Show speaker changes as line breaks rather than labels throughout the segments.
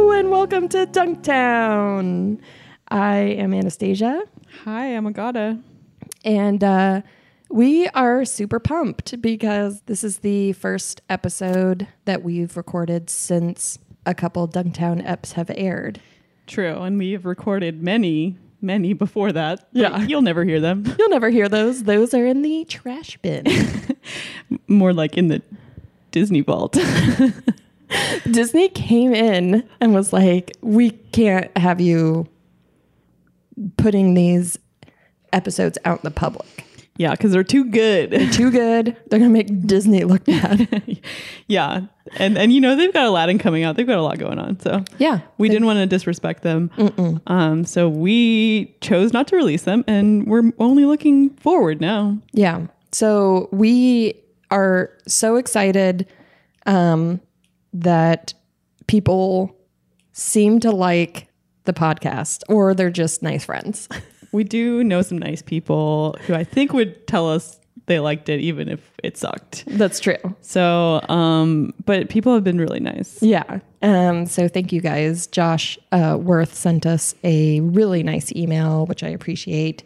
Welcome to Dunktown. I am Anastasia,
Hi, I'm Agata.
and uh, we are super pumped because this is the first episode that we've recorded since a couple Dunktown eps have aired.
True, and we have recorded many, many before that. but
Yeah.
you'll never hear them.
You'll never hear those; those are in the trash bin.
More like in the Disney vault.
Disney came in and was like, "We can't have you putting these episodes out in the public.
yeah, because they're too good.
Too good. They're gonna make Disney look bad."
yeah, and and you know they've got Aladdin coming out. They've got a lot going on. So
yeah,
we didn't want to disrespect them. Um, so we chose not to release them, and we're only looking forward now.
Yeah. So we are so excited um, that people seem to like the podcast or they're just nice friends.
We do know some nice people who I think would tell us they liked it, even if it sucked.
That's true.
So, um, but people have been really nice.
Yeah. Um, so thank you guys. Josh uh, Worth sent us a really nice email, which I appreciate.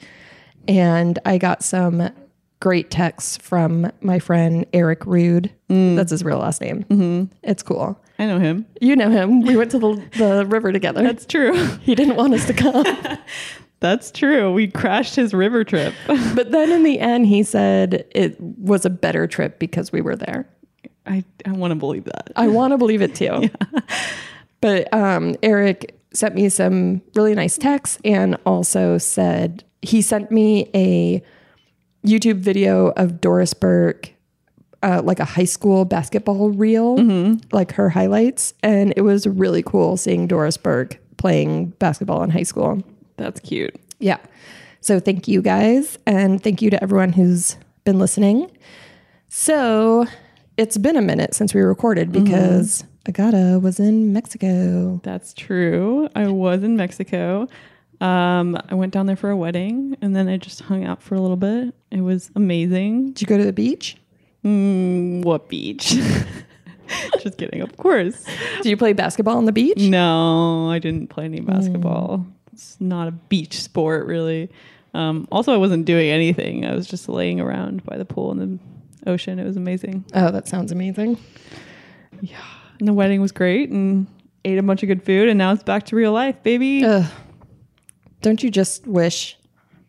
And I got some great texts from my friend Eric Rude. That's his real last name. Mm. Mm-hmm. It's cool.
I know him.
You know him. We went to the, the river together.
That's true.
He didn't want us to come.
That's true. We crashed his river trip.
but then in the end, he said it was a better trip because we were there.
I, I want to believe that.
I want to believe it too. But um, Eric sent me some really nice texts and also said he sent me a YouTube video of Doris Burke, uh, like a high school basketball reel, like her highlights. And it was really cool seeing Doris Burke playing basketball in high school.
That's cute.
Yeah. So thank you guys. And thank you to everyone who's been listening. So it's been a minute since we recorded because Agata was in Mexico.
That's true. I was in Mexico. Um, I went down there for a wedding and then I just hung out for a little bit. It was amazing.
Did you go to the beach?
Mm, what beach? just kidding. Of course.
Did you play basketball on the beach?
Mm. No, I didn't play any basketball. It's not a beach sport, really. Um, also, I wasn't doing anything. I was just laying around by the pool in the ocean. It was amazing.
Oh, that sounds amazing.
And the wedding was great and ate a bunch of good food. And now it's back to real life, baby.
Ugh. Don't you just wish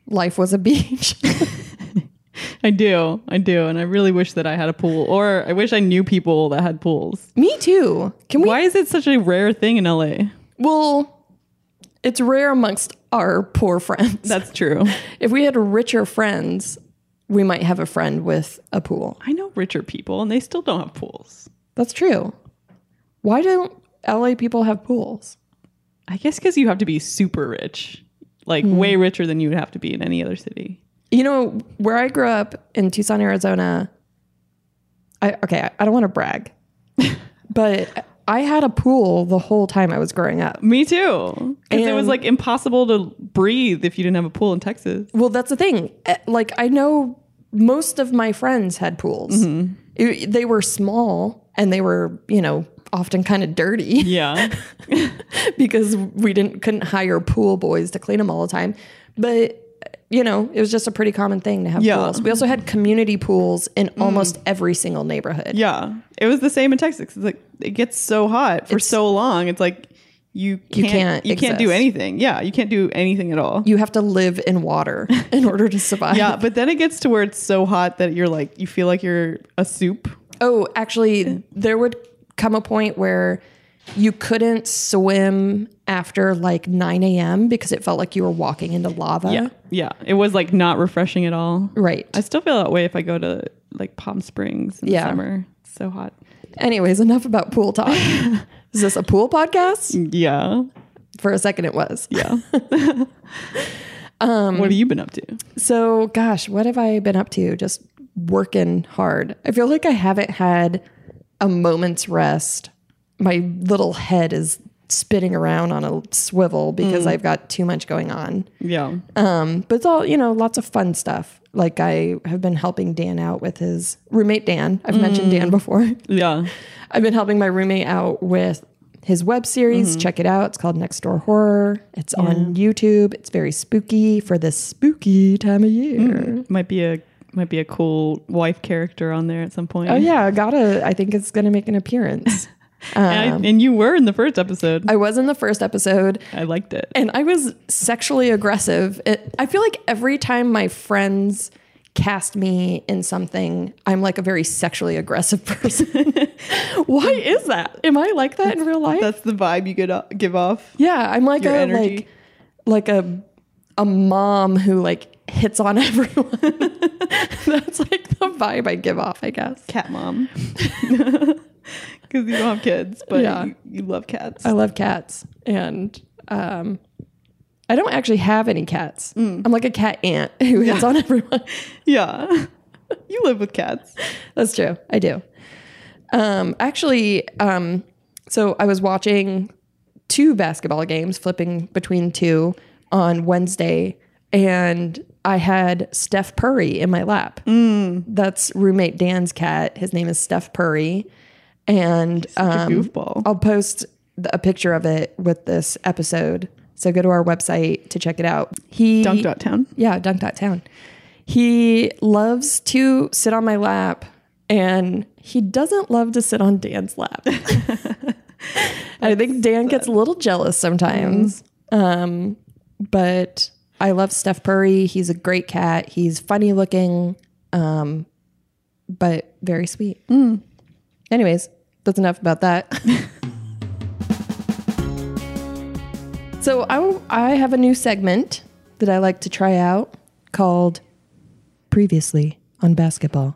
life was a beach?
I do. I do. And I really wish that I had a pool or I wish I knew people that had pools.
me too. Can we?
Why is it such a rare thing in LA?
Well, it's rare amongst our poor friends.
That's true.
if we had richer friends, we might have a friend with a pool.
I know richer people and they still don't have pools.
That's true. Why don't LA people have pools?
I guess because you have to be super rich, like
Hmm.
way richer than you would have to be in any other city.
You know, where I grew up in Tucson, Arizona, I okay, I- I don't want to brag, but I had a pool the whole time I was growing up.
Me too. Because it was
And-
like impossible to breathe if you didn't have a pool in Texas.
Well, that's the thing. Eh, Like I know most of my friends had pools. It- they were small and they were, you know, often kind of dirty.
Yeah.
because we didn't couldn't hire pool boys to clean them all the time. But you know, it was just a pretty common thing to have
Yeah. Mm.
pools. We also had community pools in almost every single neighborhood.
yeah. It was the same in Texas. It's like it gets so hot for so long. It's like you can't you
can't
can't, do
exist.
anything. Yeah. You can't do anything at all.
You have to live in water in order to survive.
Yeah. But then it gets to where it's so hot that you're like, you feel like you're a soup.
Oh, actually, there would come a point where you couldn't swim after like 9 a.m. because it felt like you were walking into lava.
Yeah. Yeah. It was like not refreshing at all.
Right.
I still feel that way if I go to like Palm Springs in
Yeah.
the summer. It's so hot.
Anyways, enough about pool talk. Is this a pool podcast?
Mm. Yeah.
For a second, it was.
Yeah. what have you been up to?
So, gosh, what have I been up to? Just working hard. I feel like I haven't had a moment's rest. My little head is spinning around on a swivel because I've got too much going on.
Yeah.
Um, but it's all, you know, lots of fun stuff. Like I have been helping Dan out with his roommate Dan. I've mentioned Dan before.
Yeah.
I've been helping my roommate out with his web series. Check it out. It's called Next Door Horror. It's on YouTube. It's very spooky for this spooky time of year.
Might be a might be a cool wife character on there at some point.
Oh yeah, gotta. I think it's gonna make an appearance.
and, I, and you were in the first episode. Um, I,
I was in the first episode,
liked it.
and I was sexually aggressive. It, I feel like every time my friends cast me in something, I'm like a very sexually aggressive person. Why is that? Am I like that in real life?
That's the vibe you get o- give off.
Yeah, I'm like
Your
a
energy.
like like a a mom who like hits on everyone. That's like the vibe I give off, I guess.
Cat mom. Because you don't have kids, but
Yeah.
you, you love cats.
I love cats, and um, I don't actually have any cats. I'm like a cat aunt who hits on everyone.
Yeah. you live with cats.
That's true. I do. Um, actually, um, so I was watching two basketball games, flipping between two on Wednesday, and I had Steph Purry in my lap. That's roommate Dan's cat. His name is Steph Purry, and
A
um,
goofball.
I'll post th- a picture of it with this episode. So go to our website to check it out. He
Dunk dot town.
yeah, Dunk Dot Town. He loves to sit on my lap and he doesn't love to sit on Dan's lap. I think Dan gets a little jealous sometimes.
Mm-hmm.
Um, but I love Steph Purry. He's a great cat. He's funny looking, um, but very sweet.
Mm.
Anyways, that's enough about that. So I, I have a new segment that I like to try out called Previously on Basketball.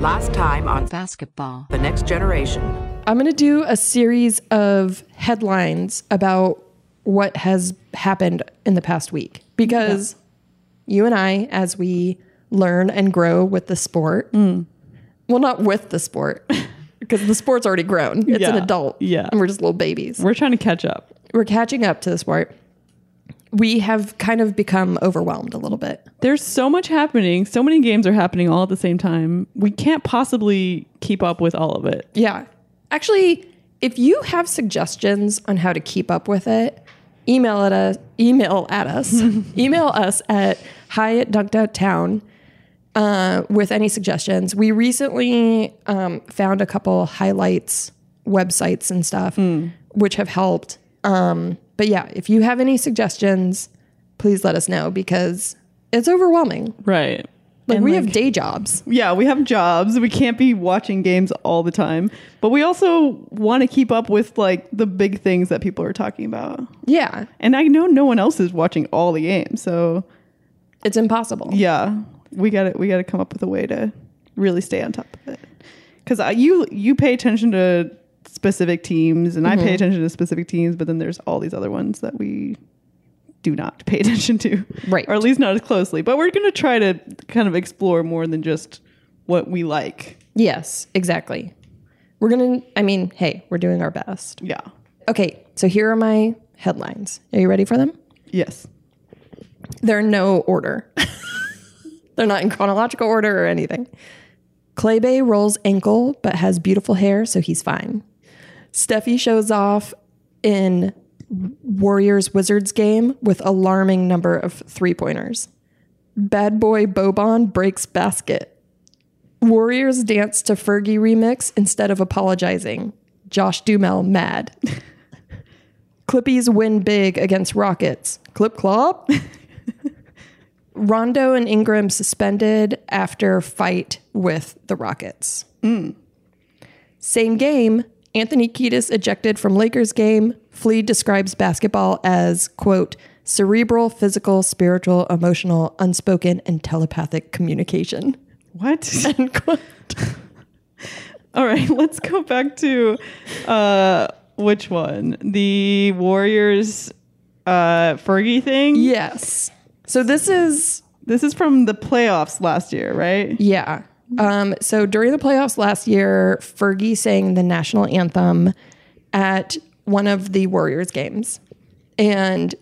Last time on
basketball.
The Next Generation.
I'm going to do a series of headlines about what has happened in the past week because you and I, as we learn and grow with the sport,
Mm.
well, not with the sport. Because the sport's already grown. It's an
Yeah.
adult.
Yeah.
And we're just little babies.
We're trying to catch up.
We're catching up to the sport. We have kind of become overwhelmed a little bit.
There's so much happening. So many games are happening all at the same time. We can't possibly keep up with all of it.
Yeah. Actually, if you have suggestions on how to keep up with it, email at us email at us. email us at hi at dunkdowntown uh, with any suggestions. We recently um, found a couple highlights websites and stuff which have helped. Um, but yeah, if you have any suggestions, please let us know because it's overwhelming.
Right.
Like we have day jobs.
Yeah, we have jobs. We can't be watching games all the time. But we also want to keep up with like the big things that people are talking about.
Yeah.
And I know no one else is watching all the games. So,
It's impossible.
yeah, we got to we got to come up with a way to really stay on top of it. Cuz you you pay attention to specific teams and I pay attention to specific teams, but then there's all these other ones that we do not pay attention to.
Right.
Or at least not as closely. But we're going to try to kind of explore more than just what we like.
Yes, exactly. We're going to, I mean, hey, we're doing our best.
Yeah.
Okay, so here are my headlines. Are you ready for them?
Yes.
They're in no order, they're not in chronological order or anything. Clay Bay rolls ankle but has beautiful hair, so he's fine. Steffi shows off in Warriors Wizards game with alarming number of three pointers. Bad boy Bobon breaks basket. Warriors dance to Fergie remix instead of apologizing. Josh Dumel mad. Clippies win big against Rockets. Clip clop. Rondo and Ingram suspended after fight with the Rockets. Same game, Anthony Kiedis ejected from Lakers game. Flea describes basketball as, quote, cerebral, physical, spiritual, emotional, unspoken, and telepathic communication.
What?
End quote.
all right, let's go back to uh which one? The Warriors uh Fergie thing?
yes. So this is
This is from the playoffs last year, right?
Yeah. Um, so during the playoffs last year, Fergie sang the national anthem at one of the Warriors games. And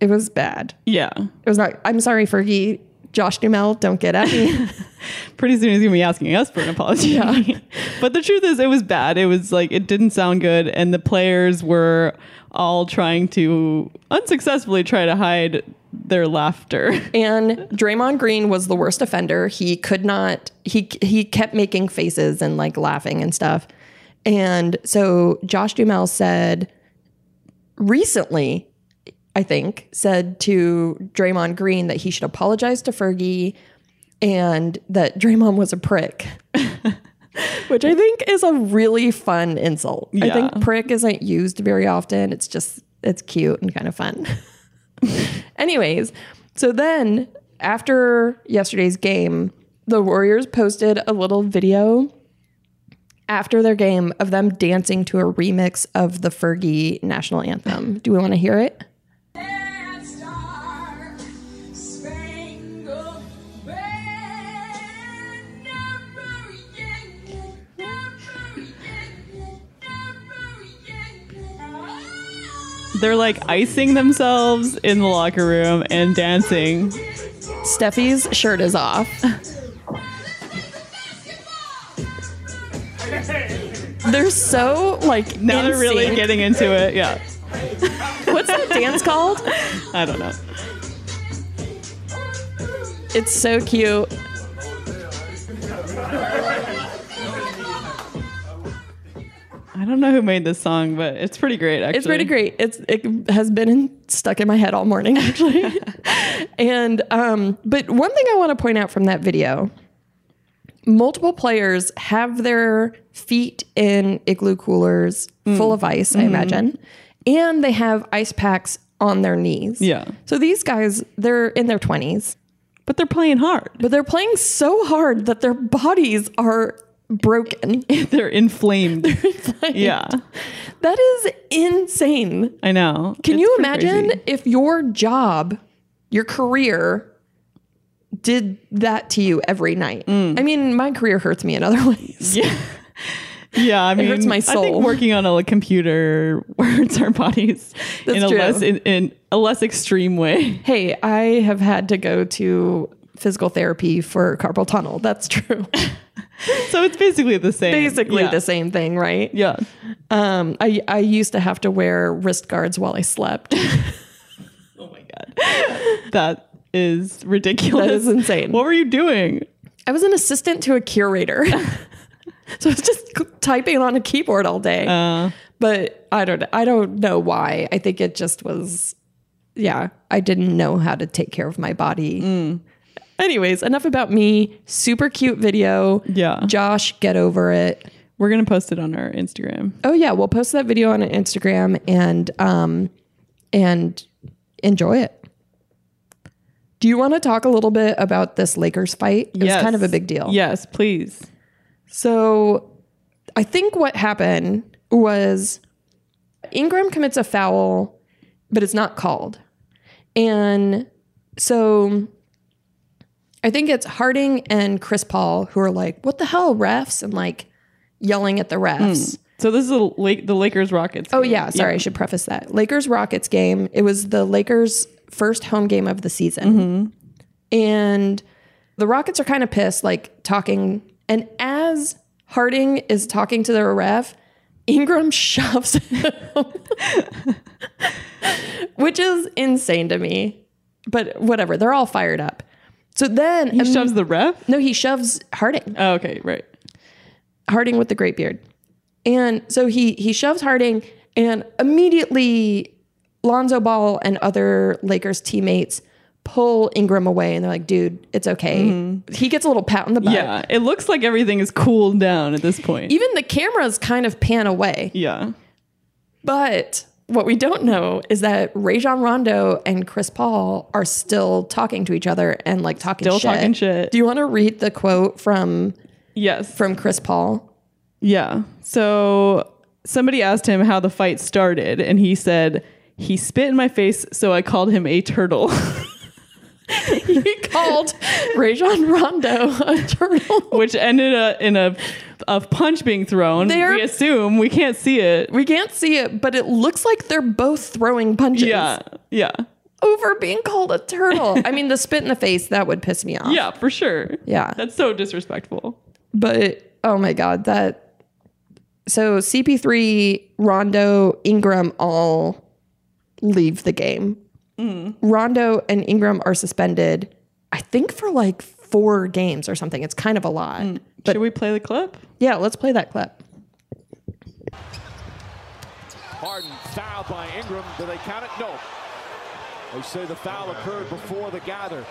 it was bad.
Yeah.
It was not, I'm sorry, Fergie, Josh Dumel, don't get at me.
Pretty soon he's gonna be asking us for an apology.
Yeah.
but the truth is, it was bad. It was like it didn't sound good, and the players were all trying to unsuccessfully try to hide their laughter.
and Draymond Green was the worst offender. He could not. He he kept making faces and like laughing and stuff. And so Josh Dumel said recently, I think, said to Draymond Green that he should apologize to Fergie and that Draymond was a prick. Which I think is a really fun insult. I
Yeah.
think prick isn't used very often. It's just it's cute and kind of fun. Anyways, so then after yesterday's game, the Warriors posted a little video after their game of them dancing to a remix of the Fergie national anthem. Do we want to hear it?
And star spangled banner, yeah, never yet, never yet.
They're like icing themselves in the locker room and dancing.
Steffi's shirt is off. They're so like
Now
in
they're really
sync.
getting into it. Yeah,
What's that dance called?
I don't know.
It's so cute.
I don't know who made this song, but it's pretty great. Actually,
It's pretty great. It's it has been in, stuck in my head all morning actually. and um, but one thing I want to point out from that video, multiple players have their feet in igloo coolers full of ice, I imagine, and they have ice packs on their knees.
Yeah.
So these guys, they're in their twenties,
But they're playing hard.
but they're playing so hard that their bodies are broken.
They're inflamed. yeah,
that is insane.
I know.
Can
It's
you
pretty
imagine
crazy.
if your job, your career, did that to you every night?
Mm.
I mean, my career hurts me in other ways.
Yeah, I mean,
hurts my
I think
soul.
working on a like, computer hurts our bodies in a
That's true.
less in, in a less extreme way.
Hey, I have had to go to physical therapy for carpal tunnel. That's true.
So it's basically the same.
Basically
yeah.
the same thing, right?
Yeah,
Um, I, I used to have to wear wrist guards while I slept.
Oh that is ridiculous.
That is insane.
What were you doing?
I was an assistant to a curator. so I was just typing on a keyboard all day.
Uh,
but I don't I don't know why. I think it just was yeah, I didn't know how to take care of my body.
Mm.
Anyways, enough about me. Super cute video.
Yeah.
Josh, get over it.
we're gonna post it on our Instagram.
Oh yeah, we'll post that video on Instagram and um and enjoy it. Do you want to talk a little bit about this Lakers fight? It was kind of a big deal.
Yes, please.
So I think what happened was Ingram commits a foul, but it's not called. And so I think it's Harding and Chris Paul who are like, what the hell, refs? And like yelling at the refs.
So this is a Lake, the Lakers Rockets.
Oh, yeah. Sorry, I should preface that. Lakers Rockets game. It was the Lakers' first home game of the season. And the Rockets are kind of pissed, like talking. And as Harding is talking to the ref, Ingram shoves him, which is insane to me. But whatever, they're all fired up. So then,
He shoves the ref.
no, he shoves Harding.
Oh, okay, right.
Harding with the great beard. And so he he shoves Harding and immediately Lonzo Ball and other Lakers teammates pull Ingram away and they're like, dude, it's okay. He gets a little pat on the back.
Mm-hmm. Yeah, it looks like everything is cooled down at this point.
Even the cameras kind of pan away.
yeah,
But what we don't know is that Rajon Rondo and Chris Paul are still talking to each other and like talking
Still
shit.
talking shit.
Do you want to read the quote from
yes.
from Chris Paul?
Yeah. So somebody asked him how the fight started, and he said, he spit in my face, so I called him a turtle.
he called Rajon Rondo a turtle.
Which ended a, in a, a punch being thrown.
They are-
we assume we can't see it.
We can't see it, but it looks like they're both throwing punches.
Yeah, yeah.
over being called a turtle. I mean, the spit in the face, that would piss me off.
Yeah, for sure.
Yeah.
That's so disrespectful.
But oh my god, that so CP3, Rondo, Ingram all leave the game. Rondo and Ingram are suspended, I think for like four games or something. It's kind of a lot. But
Should we play the clip?
yeah, let's play that clip.
Harden foul by Ingram. Do they count it? No. They say the foul occurred before the gather.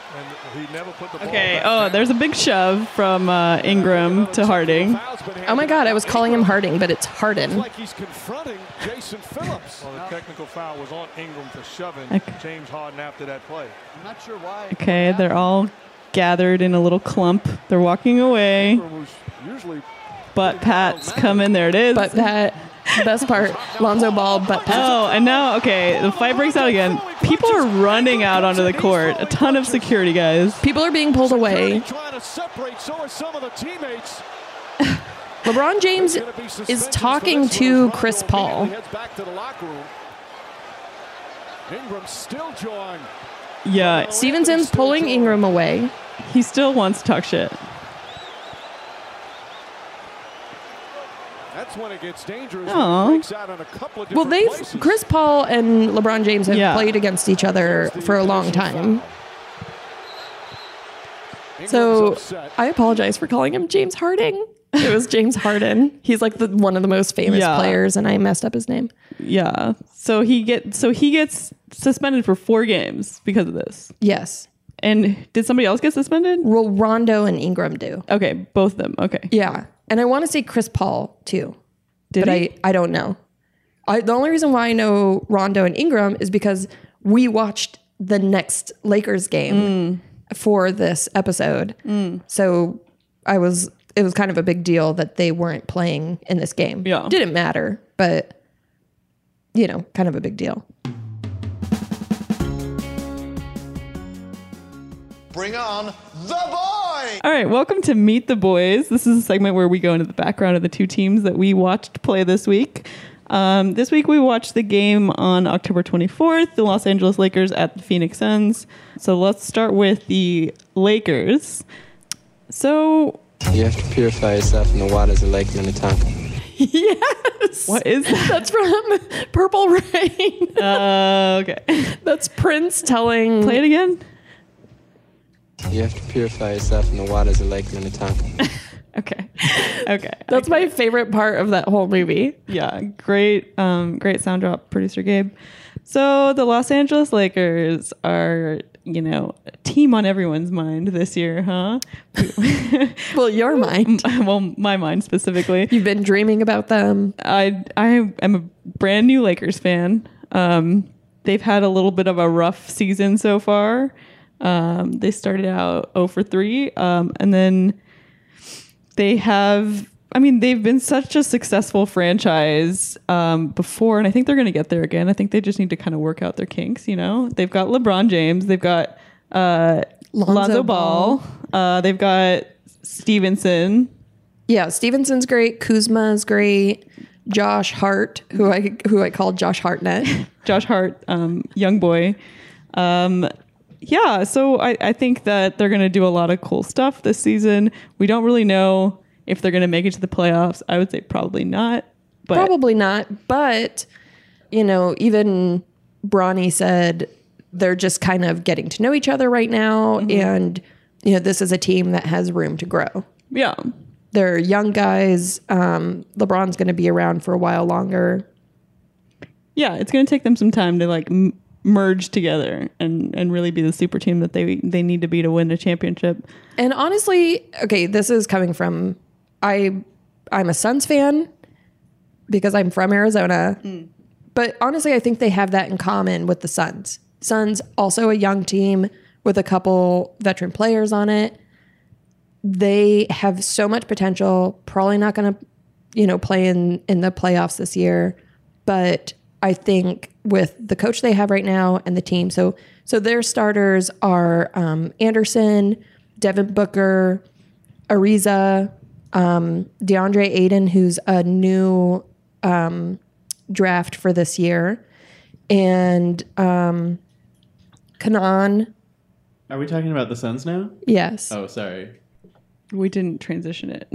And he never put the ball
Okay,
back
Oh, there's a big shove from uh, Ingram to Harding.
Oh my god, I was calling him Harding, but it's Harden.
Like he's confronting Jason Phillips.
Well, the technical foul was on Ingram for shoving
Okay.
James Harden after that play.
I'm not sure why.
Okay, they're all gathered in a little clup. They're walking away.
Ingram was usually
Butt pats come in. There it is.
But that best part, Lonzo Ball, but that
Oh, and now, okay, the fight breaks out again. People are running out onto the court. A ton of security guys.
people are being pulled away.
Trying to separate, so are some of the teammates.
LeBron James
Gonna be suspensions
is
for
talking
this one as
to
Rondo
Chris Paul.
immediately Heads back to the locker room. Ingram still drawing.
Yeah,
Stevenson's pulling Ingram away.
he still wants to talk shit.
That's when it gets dangerous.
Aw.
It breaks out on a couple of
Well,
different
they've
places.
Chris Paul and LeBron James have
Yeah.
played against each other for a long time.
Ingram's
So
upset.
I apologize for calling him James Harding. It was James Harden. He's like the one of the most famous
Yeah.
players, and I messed up his name.
Yeah. So he get so he gets suspended for 4 games because of this.
Yes.
And did somebody else get suspended?
Well, Rondo and Ingram do.
Okay, both of them. Okay.
Yeah. And I want to say Chris Paul too.
Did
but
he?
I, I don't know. I, the only reason why I know Rondo and Ingram is because we watched the next Lakers game for this episode. So I was, it was kind of a big deal that they weren't playing in this game.
Yeah.
Didn't matter, but you know, kind of a big deal.
Bring on the boy!
All right, welcome to Meet the Boys. This is a segment where we go into the background of the two teams that we watched play this week. Um, this week we watched the game on October 24th, the Los Angeles Lakers at the Phoenix Suns. So let's start with the Lakers. So,
You have to purify yourself in the waters of Lake Minnetonka.
Yes.
what is that?
That's from Purple Rain.
Uh, okay.
That's Prince telling.
Play it again.
You have to purify yourself in the waters of Lake Minnetonka.
Okay. Okay.
That's my favorite part of that whole movie.
yeah, great, um, great sound drop, producer Gabe. So the Los Angeles Lakers are, you know, a team on everyone's mind this year, huh?
Well, your mind.
well, my mind specifically.
You've been dreaming about them.
I I am a brand new Lakers fan. Um, they've had a little bit of a rough season so far. Um, they started out 0 for 3, um, and then they have. I mean, they've been such a successful franchise um, before, and I think they're going to get there again. I think they just need to kind of work out their kinks. You know, they've got LeBron James, they've got uh,
Lonzo
Lonzo, Ball, Uh, they've got Stevenson.
Yeah, Stevenson's great. Kuzma's great. Josh Hart, who I who I called Josh Hartnett.
Josh Hart, um, young boy. Um, yeah, so I, I think that they're going to do a lot of cool stuff this season. We don't really know if they're going to make it to the playoffs. I would say probably not. But
Probably not, but you know, even Bronny said they're just kind of getting to know each other right now, and you know, this is a team that has room to grow.
yeah,
They're young guys. Um, LeBron's going to be around for a while longer.
yeah, it's going to take them some time to like m- merge together and and really be the super team that they they need to be to win a championship.
And honestly, okay, this is coming from I I'm a Suns fan because I'm from Arizona. But honestly, I think they have that in common with the Suns. Suns also a young team with a couple veteran players on it. They have so much potential, probably not going to you know play in in the playoffs this year, but I think with the coach they have right now and the team, so so their starters are um, Anderson, Devin Booker, Ariza, um, DeAndre Aiden, who's a new um, draft for this year, and um, Kanan.
Are we talking about the Suns now?
Yes.
Oh, sorry.
We didn't transition it.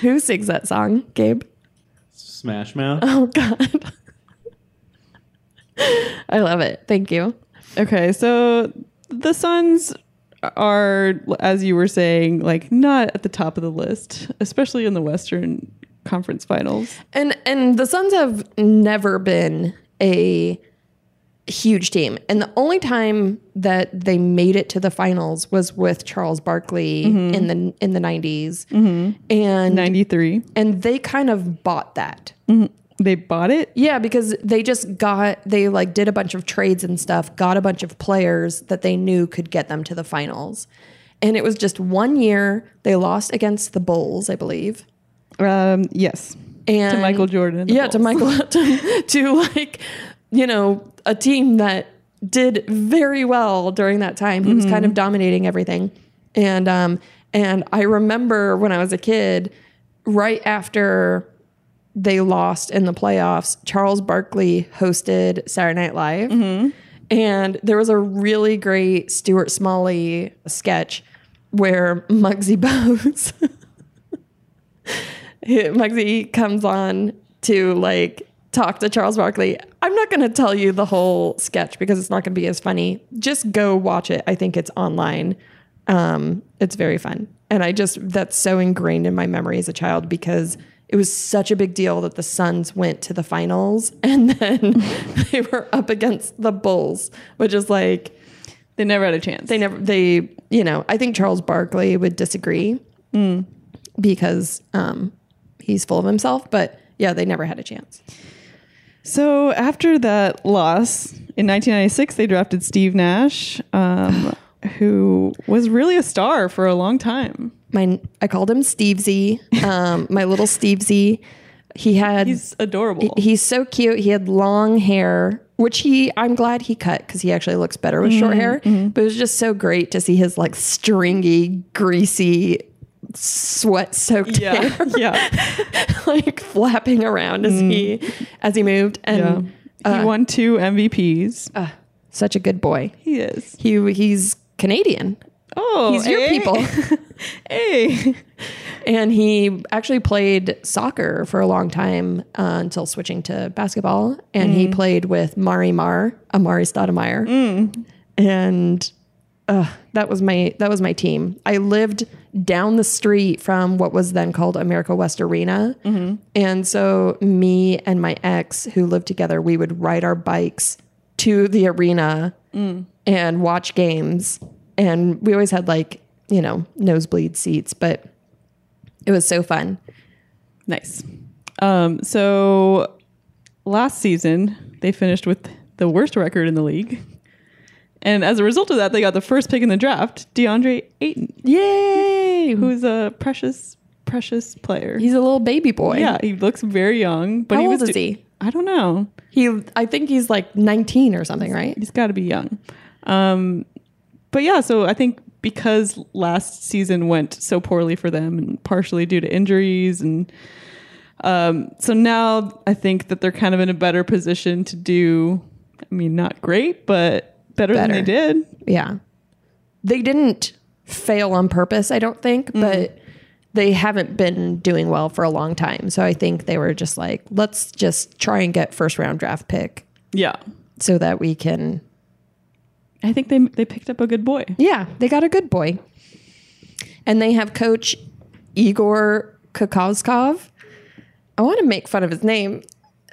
Who sings that song, Gabe?
Smash Mouth.
Oh, God. I love it. Thank you.
Okay, so the Suns are, as you were saying, like not at the top of the list, especially in the Western Conference Finals.
And and the Suns have never been a huge team. And the only time that they made it to the finals was with Charles Barkley
Mm-hmm.
in the in the 90s. And
Ninety-three,
and they kind of bought that.
they bought it.
Yeah, because they just got they like did a bunch of trades and stuff, got a bunch of players that they knew could get them to the finals. And it was just one year they lost against the Bulls, I believe.
Um, yes,
And
to Michael Jordan. and the
yeah, to
Bulls.
Michael to, to like, you know, a team that did very well during that time. He was kind of dominating everything. And um and I remember when I was a kid, right after they lost in the playoffs, Charles Barkley hosted Saturday Night Live. And there was a really great Stuart Smalley sketch where Muggsy Bogues Muggsy comes on to like talk to Charles Barkley. I'm not going to tell you the whole sketch because it's not going to be as funny. Just go watch it. I think it's online. Um, it's very fun. And I just, that's so ingrained in my memory as a child because it was such a big deal that the Suns went to the finals and then they were up against the Bulls, which is like,
They never had a chance.
they never they you know i think charles barkley would disagree because um he's full of himself but yeah they never had a chance
So after that loss in 1996, they drafted Steve Nash, um, who was really a star for a long time.
my i called him stevesy um my little stevesy he had
He's adorable.
He's so cute. He had long hair, which he I'm glad he cut because he actually looks better with short hair.
Mm-hmm,
But it was just so great to see his like stringy, greasy, sweat soaked
Yeah,
hair,
yeah.
like flapping around as he as he moved. And Uh,
he won two MVPs.
such a good boy.
he is.
He he's Canadian.
Oh,
He's your
hey.
people.
Hey.
and he actually played soccer for a long time uh, until switching to basketball. And he played with Mari Mar, Amari Stoudemire, and uh, that was my that was my team. I lived down the street from what was then called America West Arena, and so me and my ex, who lived together, we would ride our bikes to the arena and watch games. And we always had like you know nosebleed seats, but it was so fun.
Nice. Um, so last season, they finished with the worst record in the league. And as a result of that, they got the first pick in the draft, DeAndre Ayton. Yay! Who's a precious, precious player.
He's a little baby boy.
yeah, he looks very young. But
How
he
old
was
is he?
I don't know.
He I think he's like 19 or something, right?
He's got to be young. Um, but yeah, so I think because last season went so poorly for them and partially due to injuries and um, so now I think that they're kind of in a better position to do I mean not great, but better, than they
Better.
did.
Yeah. They didn't fail on purpose, I don't think, but they haven't been doing well for a long time. So I think they were just like, let's just try and get first round draft pick
Yeah.
so that we can
I think they they picked up a good boy.
Yeah, they got a good boy. And they have coach Igor Kokoskov. I want to make fun of his name.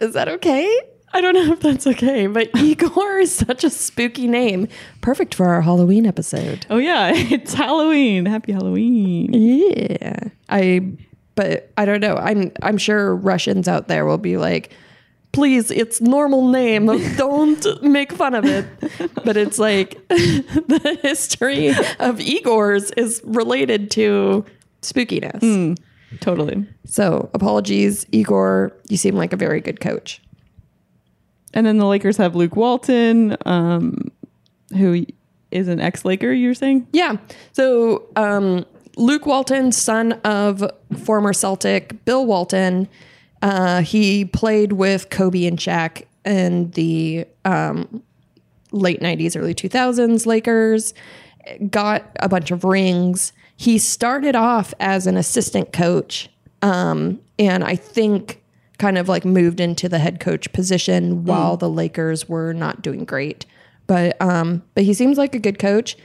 Is that okay? I don't know if that's okay, but Igor is such a spooky name. Perfect for our Halloween episode.
Oh yeah, it's Halloween. Happy Halloween.
Yeah. I but I don't know. I'm I'm sure Russians out there will be like, please, it's normal name. Don't make fun of it. But it's like the history of Igor's is related to spookiness.
Totally.
So apologies, Igor. You seem like a very good coach.
And then the Lakers have Luke Walton, um, who is an ex Laker, you were saying?
Yeah. So um, Luke Walton, son of former Celtic Bill Walton, Uh, he played with Kobe and Shaq in the um, late 90s, early 2000s Lakers, got a bunch of rings. He started off as an assistant coach um, and I think kind of like moved into the head coach position while the Lakers were not doing great. But um, but he seems like a good coach.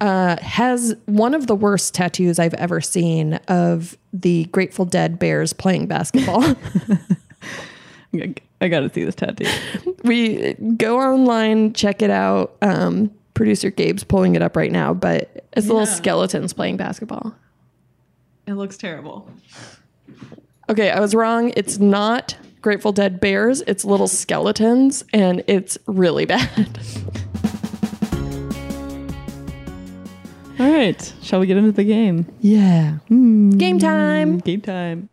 Uh, has one of the worst tattoos I've ever seen of the Grateful Dead Bears playing basketball.
I- I gotta see this tattoo.
we go online, check it out. Um, producer Gabe's pulling it up right now, but it's little skeletons playing basketball.
It looks terrible.
Okay, I was wrong. It's not Grateful Dead bears, it's little skeletons, and it's really bad.
All right, shall we get into the game?
Yeah. Hmm. Game time.
Game time.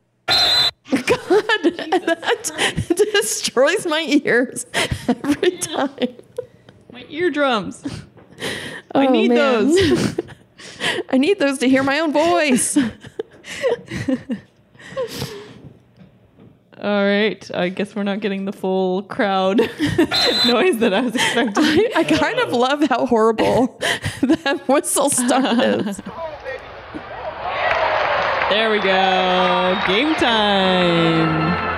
That destroys my ears every time.
My eardrums.
Oh,
I
need those.
I need those to hear my own voice.
All right. I guess we're not getting the full crowd noise that I was expecting.
I, I kind of love how horrible that whistle stuff is.
There we go. Game time.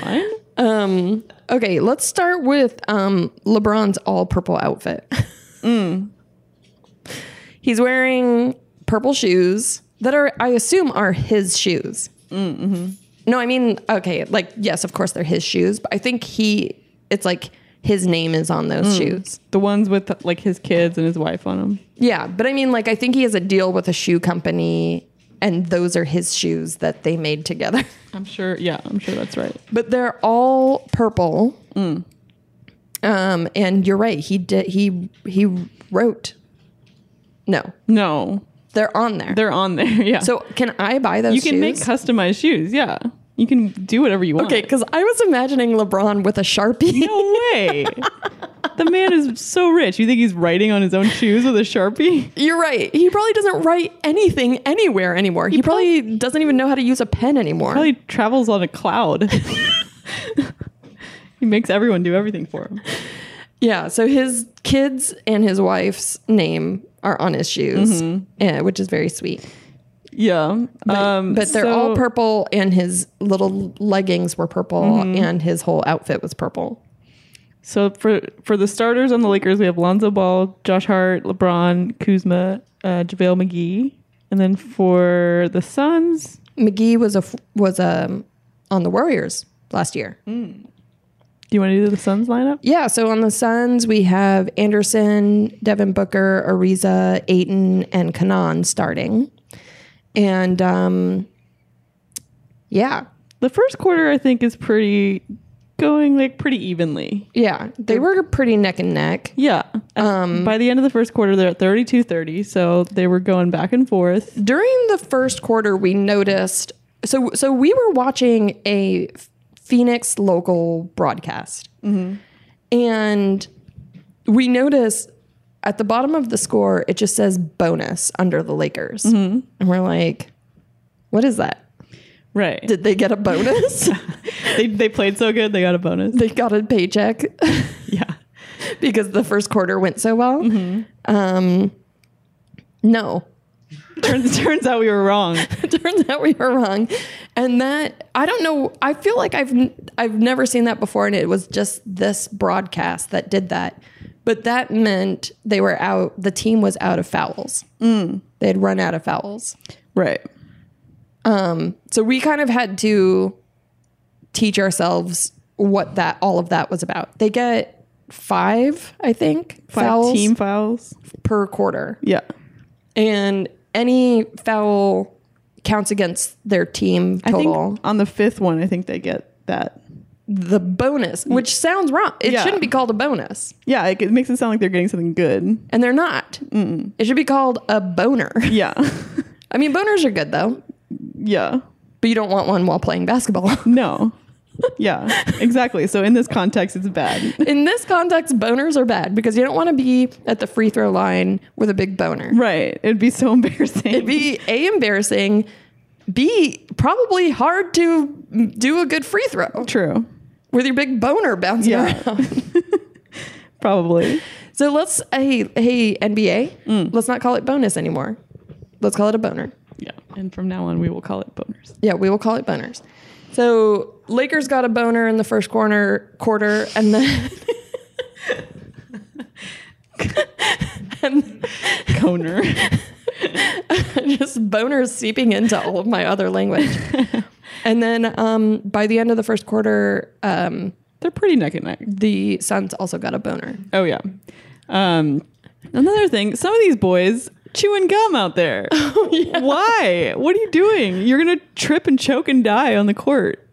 Fine.
Um, okay, let's start with um, LeBron's all purple outfit. Mm. He's wearing purple shoes that are, I assume, are his shoes. Mm-hmm. No, I mean, okay, like yes, of course they're his shoes, but I think he, it's like his name is on those shoes.
The ones with like his kids and his wife on them.
Yeah, but I mean, like I think he has a deal with a shoe company, and those are his shoes that they made together.
I'm sure. Yeah, I'm sure that's right.
but they're all purple.
Mm.
Um, and you're right. He did. He he wrote. No,
No,
they're on there.
they're on there. Yeah.
so can I buy those?
you can make
shoes?
customized shoes. Yeah, you can do whatever you want.
okay, because I was imagining LeBron with a sharpie.
No way. the man is so rich. You think he's writing on his own shoes with a sharpie?
You're right. He probably doesn't write anything anywhere anymore. He, probably, doesn't even know how to use a pen anymore.
Probably travels on a cloud. he makes everyone do everything for him.
Yeah, so his kids and his wife's name are on his shoes,
Mm-hmm.
eh, which is very sweet.
Yeah. um,
But they're all
so-
purple, and his little leggings were purple,
Mm-hmm.
and his whole outfit was purple.
So for for the starters on the Lakers, we have Lonzo Ball, Josh Hart, LeBron, Kuzma, uh, JaVale McGee, and then for the Suns,
McGee was a f- was um on the Warriors last year.
Mm-hmm. do you want to do the Suns lineup?
Yeah, so on the Suns we have Anderson, Devin Booker, Ariza, Aiton, and Kanan starting, and um, yeah,
The first quarter, I think, is pretty going like pretty evenly.
yeah, they were pretty neck and neck.
Yeah. Um, By the end of the first quarter, they're at 32-30, so they were going back and forth.
during the first quarter we noticed so so we were watching a phoenix local broadcast and we noticed at the bottom of the score it just says bonus under the lakers and we're like what is that
Right.
did they get a bonus
they, they played so good, they got a bonus.
they got a paycheck
yeah.
because the first quarter went so well um no
Turns turns out we were wrong.
turns out we were wrong and that i don't know i feel like i've n- i've never seen that before and it was just this broadcast that did that but that meant they were out the team was out of fouls
Mm.
they had run out of fouls
Right.
so we kind of had to teach ourselves what that all of that was about they get five i think
Five
fouls
team fouls.
per quarter
Yeah.
and any foul counts against their team
I
total
think on the fifth one, I think they get that.
the bonus, which sounds wrong. It
Yeah.
shouldn't be called a bonus,
Yeah, it, it makes it sound like they're getting something good.
and they're not. It should be called a boner.
Yeah.
I mean, boners are good though,
yeah.
but you don't want one while playing basketball.
No. Yeah, exactly. So in this context, it's bad.
In this context, boners are bad because you don't want to be at the free throw line with a big boner.
Right. It'd be so embarrassing.
It'd be A, embarrassing, B, probably hard to do a good free throw
true.
with your big boner bouncing
Yeah.
around.
Probably.
So let's hey hey NBA.
Mm.
Let's not call it bonus anymore. Let's call it a boner.
Yeah. And from now on, we will call it boners.
Yeah, we will call it boners. So Lakers got a boner in the first corner quarter, and then and
Boner.
just boners seeping into all of my other language. And then um, by the end of the first quarter, um,
They're pretty neck and neck.
the Suns also got a boner.
Oh yeah. Um, another thing, some of these boys chewing gum out there. Why? What are you doing? You're gonna trip and choke and die on the court.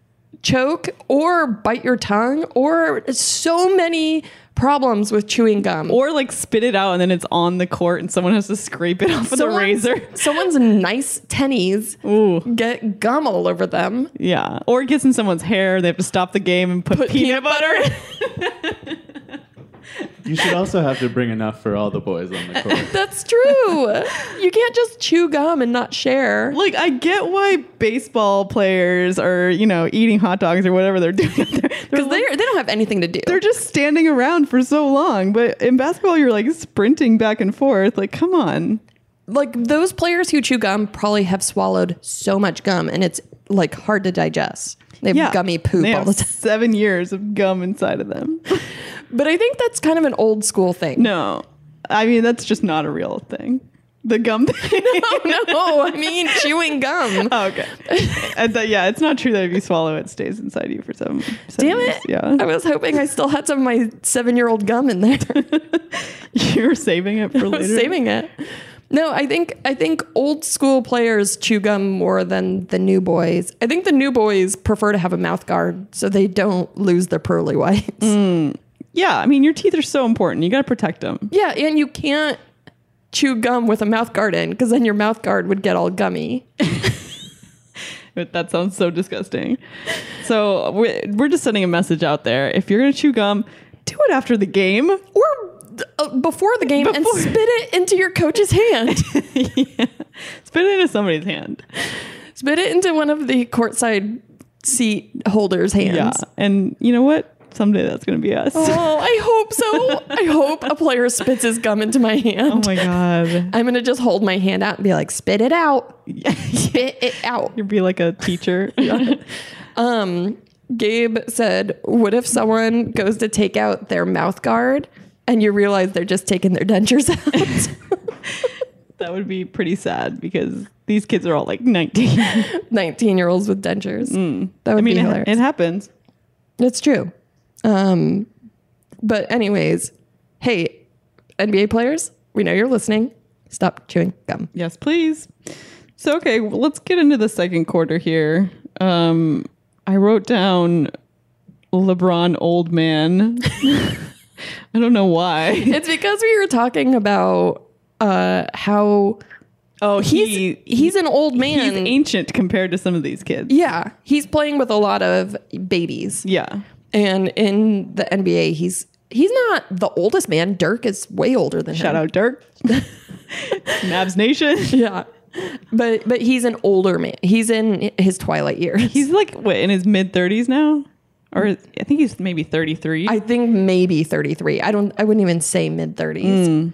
choke or bite your tongue or so many problems with chewing gum.
Or like spit it out and then it's on the court and someone has to scrape it off with a razor.
someone's nice tennies
Ooh.
get gum all over them.
Yeah. Or it gets in someone's hair, they have to stop the game and put, peanut, butter. in.
You should also have to bring enough for all the boys on the court.
That's true. you can't just chew gum and not share.
Like I get why baseball players are, you know, eating hot dogs or whatever they're doing. Because
Because they they don't have anything to do.
they're just standing around for so long. But in basketball, you're like sprinting back and forth. Like, come on.
Like those players who chew gum probably have swallowed so much gum and it's like hard to digest. They have gummy poop
They
all
have
the time.
Seven years of gum inside of them.
But I think that's kind of an old school thing.
No, I mean that's just not a real thing. The gum thing.
no, I mean chewing gum.
oh, okay. And that- yeah, it's not true that if you swallow it, stays inside you for seven. seven
Damn
years.
it.
Yeah,
I was hoping I still had some of my seven year old gum in there.
you were saving it for
I was
later.
saving it. No, I think I think old school players chew gum more than the new boys. I think the new boys prefer to have a mouth guard so they don't lose their pearly whites.
Mm. Yeah, I mean your teeth are so important. You got to protect them.
Yeah, and you can't chew gum with a mouth guard in because then your mouth guard would get all gummy.
But that sounds so disgusting. So we're, we're just sending a message out there. If you're gonna chew gum, do it after the game.
Or uh, before the game and
Before.
spit it into your coach's hand.
Spit it into somebody's hand.
spit it into one of the courtside seat holders' hands.
Yeah, and you know what? Someday that's gonna be us.
Oh, I hope so. I hope a player spits his gum into my hand.
Oh my god.
I'm gonna just hold my hand out and be like, spit it out. Spit it out.
You'd be like a teacher.
Um, Gabe said, What if someone goes to take out their mouth guard and you realize they're just taking their dentures out?
That would be pretty sad because these kids are all like 19.
19 year olds with dentures. That would
Mm. I mean,
be
it,
hilarious.
it happens.
It's true. Um, but anyways, hey, NBA players, we know you're listening. Stop chewing gum.
Yes, please. So, okay, well, let's get into the second quarter here. Um, I wrote down LeBron old man. I don't know why.
It's because we were talking about uh, how
Oh,
he's
he,
he's an old
he's
man.
ancient compared to some of these kids.
yeah, he's playing with a lot of babies,
Yeah.
and in the NBA, he's he's not the oldest man. Dirk is way older than
Shout
him.
out Dirk. Mavs Nation.
Yeah, but but he's an older man. He's in his twilight years.
He's like, what, in his mid 30s now? Or is- I think he's maybe 33.
I think maybe 33. I don't I wouldn't even say mid 30s.
Mm.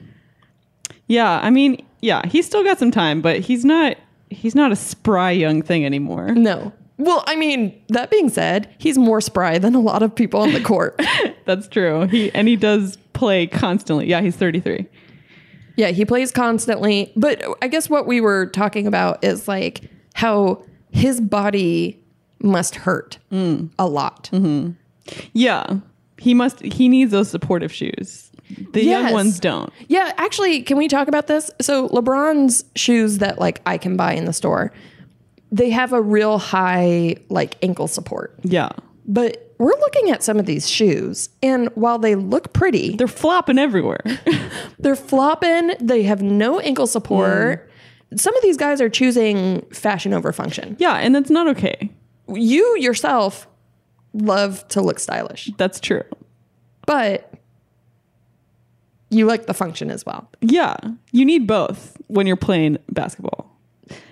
Yeah, I mean, yeah, he's still got some time, but he's not he's not a spry young thing anymore.
No. Well, I mean, that being said, he's more spry than a lot of people on the court.
That's true. He and he does play constantly. Yeah, he's 33.
yeah, he plays constantly, but I guess what we were talking about is like how his body must hurt
Mm.
a lot.
Yeah. He must he needs those supportive shoes. The
Yes.
young ones don't.
Yeah, actually, can we talk about this? So LeBron's shoes that like I can buy in the store, they have a real high like ankle support.
Yeah.
But we're looking at some of these shoes, and while they look pretty,
They're flopping everywhere.
They're flopping. They have no ankle support. Some of these guys are choosing fashion over function.
yeah, and that's not okay.
You yourself love to look stylish,
That's true.
but you like the function as well.
Yeah, you need both when you're playing basketball,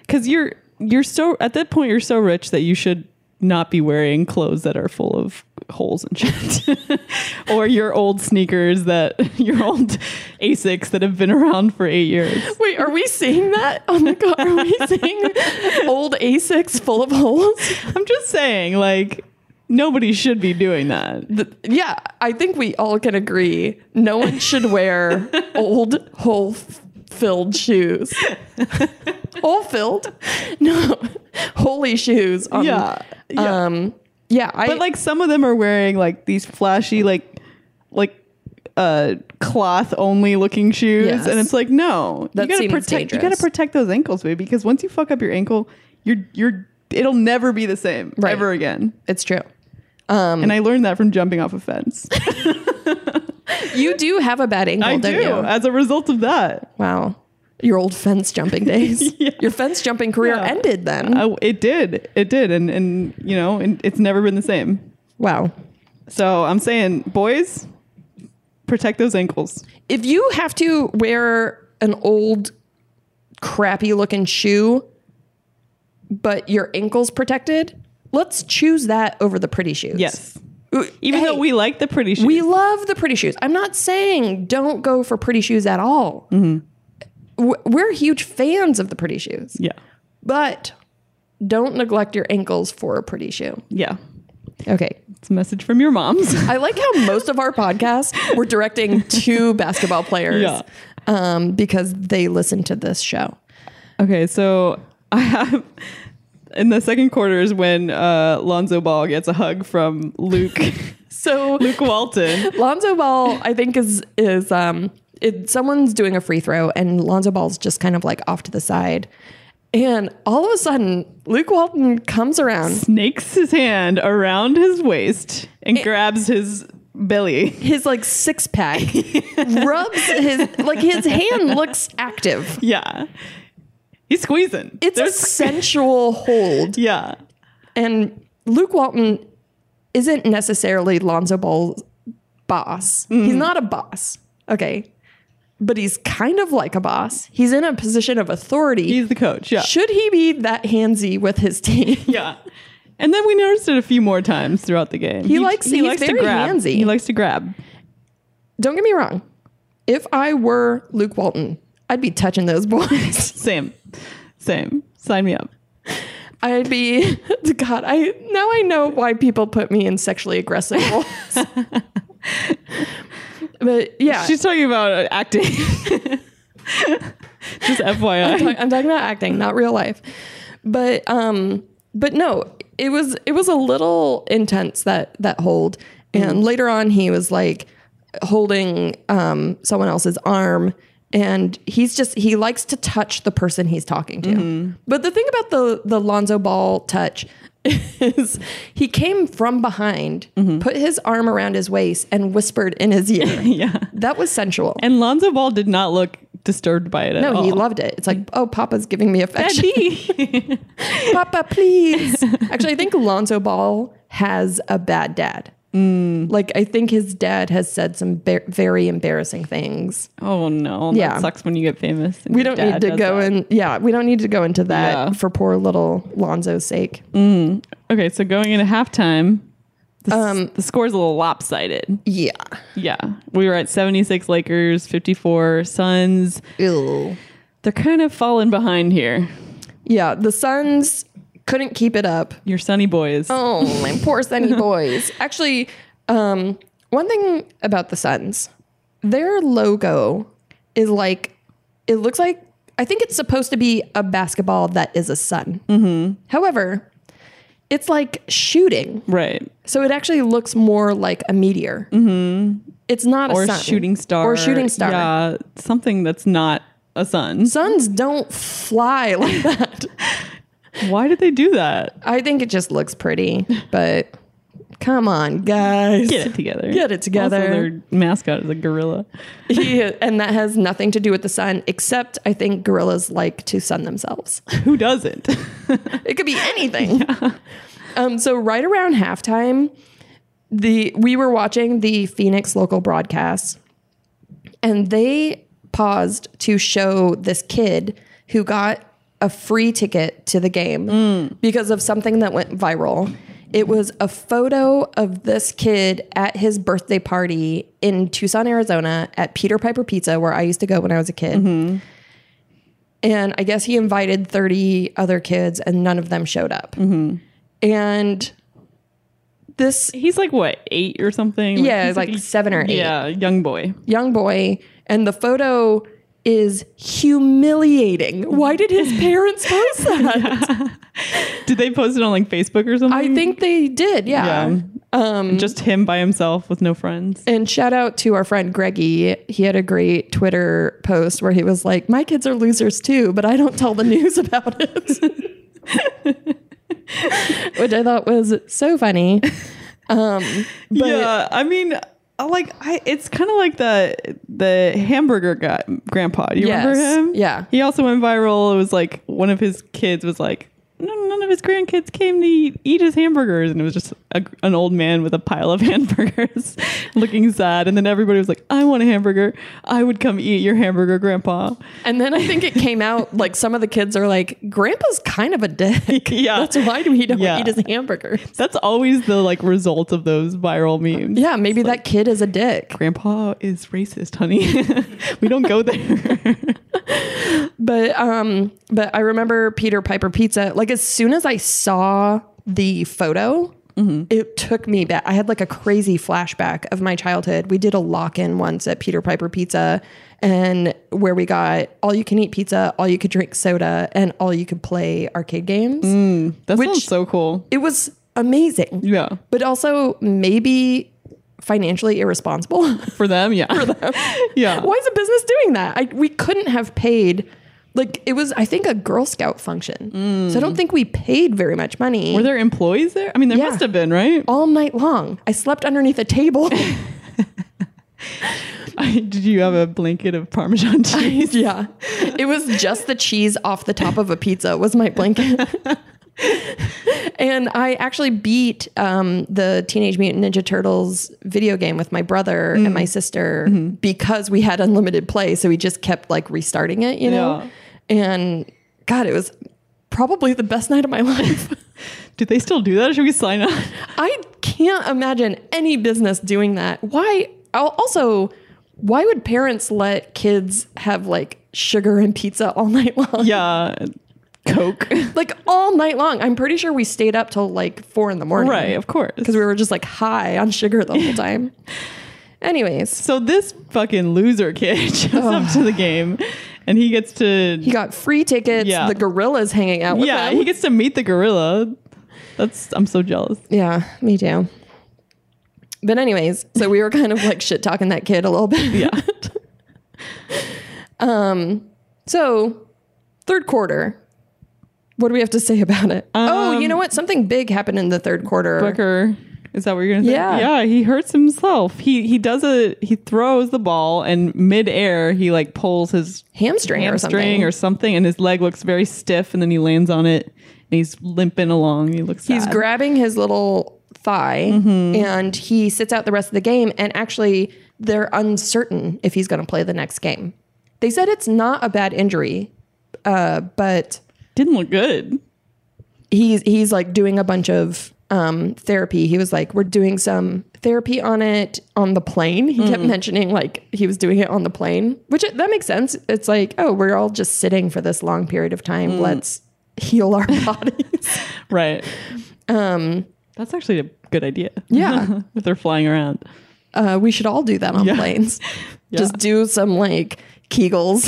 because you're you're so at that point you're so rich that you should not be wearing clothes that are full of holes and shit, or your old sneakers that your old Asics that have been around for eight years.
Wait, are we seeing that? Oh my god, are we seeing old Asics full of holes?
I'm just saying, like nobody should be doing that.
Yeah, I think we all can agree. No one should wear old hole f- filled shoes. hole filled? No, holy shoes. on-
yeah, yeah.
Um. Yeah. I,
but like some of them are wearing like these flashy like like uh cloth only looking shoes
Yes.
and it's like no
That
you gotta
seems
protect
dangerous.
you gotta protect those ankles baby because once you fuck up your ankle you're you're it'll never be the same
Right. Um,
ever again
it's true.
and i learned that from jumping off a fence
You do have a bad ankle,
i
don't
do
you?
as a result of that
Wow. Your old fence jumping days.
Yeah.
Your fence jumping career
Yeah.
ended then.
I, it did it did and and you know and it's never been the same
wow.
so i'm saying boys protect those ankles
If you have to wear an old, crappy looking shoe, but your ankle's protected, let's choose that over the pretty shoes.
yes
Ooh,
even
hey,
though we like the pretty shoes
we love the pretty shoes. I'm not saying don't go for pretty shoes at all.
Mm-hmm.
W- We're huge fans of the pretty shoes,
yeah
but don't neglect your ankles for a pretty shoe.
yeah
Okay,
It's a message from your moms.
I like how most of our podcasts we're directing to basketball players
Yeah.
um, because they listen to this show.
okay, so I have in the second quarter is when uh, Lonzo Ball gets a hug from Luke
So
Luke Walton.
Lonzo Ball, I think, is is um, it, someone's doing a free throw, and Lonzo Ball's just kind of like off to the side, and all of a sudden Luke Walton comes around.
Snakes his hand around his waist and grabs his belly.
His like six pack rubs his like his hand looks active.
Yeah. He's squeezing.
It's a
There's-
sensual hold.
yeah.
And Luke Walton isn't necessarily Lonzo Ball's boss. He's
Mm-hmm.
not a boss, okay? But he's kind of like a boss. He's in a position of authority.
He's the coach. Yeah.
Should he be that handsy with his team?
Yeah. And then we noticed it a few more times throughout the game. He,
likes- he's very
grab.
handsy.
He likes to grab.
Don't get me wrong. If I were Luke Walton, I'd be touching those boys.
Same. Same. Sign me up.
I'd be God. I now I know why people put me in sexually aggressive roles. but yeah,
She's talking about uh, acting. Just FYI.
I'm talking about acting, not real life. But um, but no, it was it was a little intense that that hold.
Mm-hmm.
And later on, he was like holding um someone else's arm, and he's just he likes to touch the person he's talking to.
Mm-hmm.
But the thing about the the Lonzo Ball touch is he came from behind,
Mm-hmm.
put his arm around his waist, and whispered in his ear.
yeah.
that was sensual.
And Lonzo Ball did not look disturbed by it at
no,
all.
he loved it. It's like, oh, Papa's giving me affection.
Daddy.
Papa, please. Actually, I think Lonzo Ball has a bad dad.
Mm.
Like, I think his dad has said some ba- very embarrassing things.
oh no. That
Yeah.
sucks when you get famous. and
We
your
don't
dad
need to
does
go
that.
in. Yeah, we don't need to go into that
Yeah.
for poor little Lonzo's sake.
Okay, so going into halftime, the,
Um,
um, the score's a little lopsided.
Yeah.
Yeah. We were at 76 Lakers, 54 Suns.
Ew.
They're kind of falling behind here.
Yeah, the Suns couldn't keep it up.
Your sunny boys.
Oh, my poor Sunny boys. Actually, um, one thing about the Suns, their logo is like it looks like I think it's supposed to be a basketball that is a sun. Mm-hmm. However, it's like shooting,
Right.
so it actually looks more like a meteor. Mm-hmm. It's not
Or
a sun.
shooting star.
or shooting star.
Yeah. Something that's not a sun.
Suns don't fly like that.
Why did they do that?
I think it just looks pretty, but come on, guys.
Get it together.
Get it together.
Also, their mascot is a gorilla.
He- and that has nothing to do with the sun, except I think gorillas like to sun themselves.
Who doesn't?
It could be anything. Um, so right around halftime, the we were watching the Phoenix local broadcast, and they paused to show this kid who got a free ticket to the game because of something that went viral. It was a photo of this kid at his birthday party in Tucson, Arizona, at Peter Piper Pizza, where I used to go when I was a kid. And I guess he invited 30 other kids, and none of them showed up. And this
He's like what eight or something.
Yeah,
he's
it's like
a-
seven or eight.
Yeah, young boy.
young boy, and the photo is humiliating. Why did his parents post that?
Did they post it on like Facebook or something?
I think they did, yeah.
Yeah. Um, just him by himself with no friends.
And shout out to our friend Greggy. He had a great Twitter post where he was like, My kids are losers too, but I don't tell the news about it. Which I thought was so funny.
yeah, I mean, I like I, it's kind of like the the hamburger guy, grandpa. Do you
Yes,
remember him?
yeah.
he also went viral. It was like one of his kids was like, "No, none of his grandkids came to eat, eat his hamburgers, and it was just a, an old man with a pile of hamburgers, looking sad. And then everybody was like, "I want a hamburger. I would come eat your hamburger, grandpa."
And then I think it came out like some of the kids are like, Grandpa's kind of a dick.
Yeah.
That's why he don't
Yeah.
eat his hamburger.
That's always the like result of those viral memes.
Yeah, maybe that kid is a dick.
Grandpa is racist, honey. we don't go there.
But um, but I remember Peter Piper Pizza. Like as soon as I saw the photo, it took me back. I had like a crazy flashback of my childhood. We did a lock in once at Peter Piper Pizza, and where we got all you can eat pizza, all you could drink soda, and all you could play arcade games.
That
Which-
sounds so cool.
It was amazing.
Yeah.
but also maybe financially irresponsible.
For them, yeah. yeah.
Why is a business doing that? I, we couldn't have paid. Like it was, I think, a Girl Scout function. So I don't think we paid very much money.
Mm. Were there employees there? I mean, there
Yeah.
must have been, right?
all night long? I slept underneath a table.
Did you have a blanket of Parmesan cheese?
yeah, it was just the cheese off the top of a pizza was my blanket. and I actually beat um, the Teenage Mutant Ninja Turtles video game with my brother and
Mm.
my sister
Mm-hmm.
because we had unlimited play. So we just kept like restarting it, you know.
Yeah.
And God, it was probably the best night of my life.
Do they still do that? Should we sign up?
I can't imagine any business doing that. Why? al- Also, why would parents let kids have like sugar and pizza all night long?
Yeah. Coke.
Like all night long. I'm pretty sure we stayed up till like four in the morning.
right, of course.
Because we were just like high on sugar the whole time. Anyways,
so this fucking loser kid shows up to the game and he gets to
he got free tickets.
Yeah.
The gorilla's hanging out with
Yeah,
him.
he gets to meet the gorilla. That's I'm so jealous.
yeah, me too. But anyways, so we were kind of like shit talking that kid a little bit.
Yeah.
So, third quarter. What do we have to say about it?
Um,
oh, you know what? Something big happened in the third quarter.
Becker. Is that what you're gonna say?
Yeah.
Yeah, he hurts himself. He he does a he throws the ball and midair he like pulls his
Hamstring, or something.
hamstring or something, and his leg looks very stiff, and then he lands on it, and he's limping along. He looks.
He's
sad. Mm-hmm.
grabbing his little thigh and he sits out the rest of the game. And actually, they're uncertain if he's going to play the next game. They said it's not a bad injury, uh, but
Didn't look good.
he's he's like doing a bunch of um therapy. He was like, we're doing some therapy on it on the plane. He
Mm.
kept mentioning like he was doing it on the plane, which it, that makes sense. It's like, oh, we're all just sitting for this long period of time.
Mm.
Let's heal our bodies.
Right. Um. That's actually a good idea.
Yeah.
if they're flying around.
uh, we should all do that on
Yeah.
planes. Just do some like Kegels.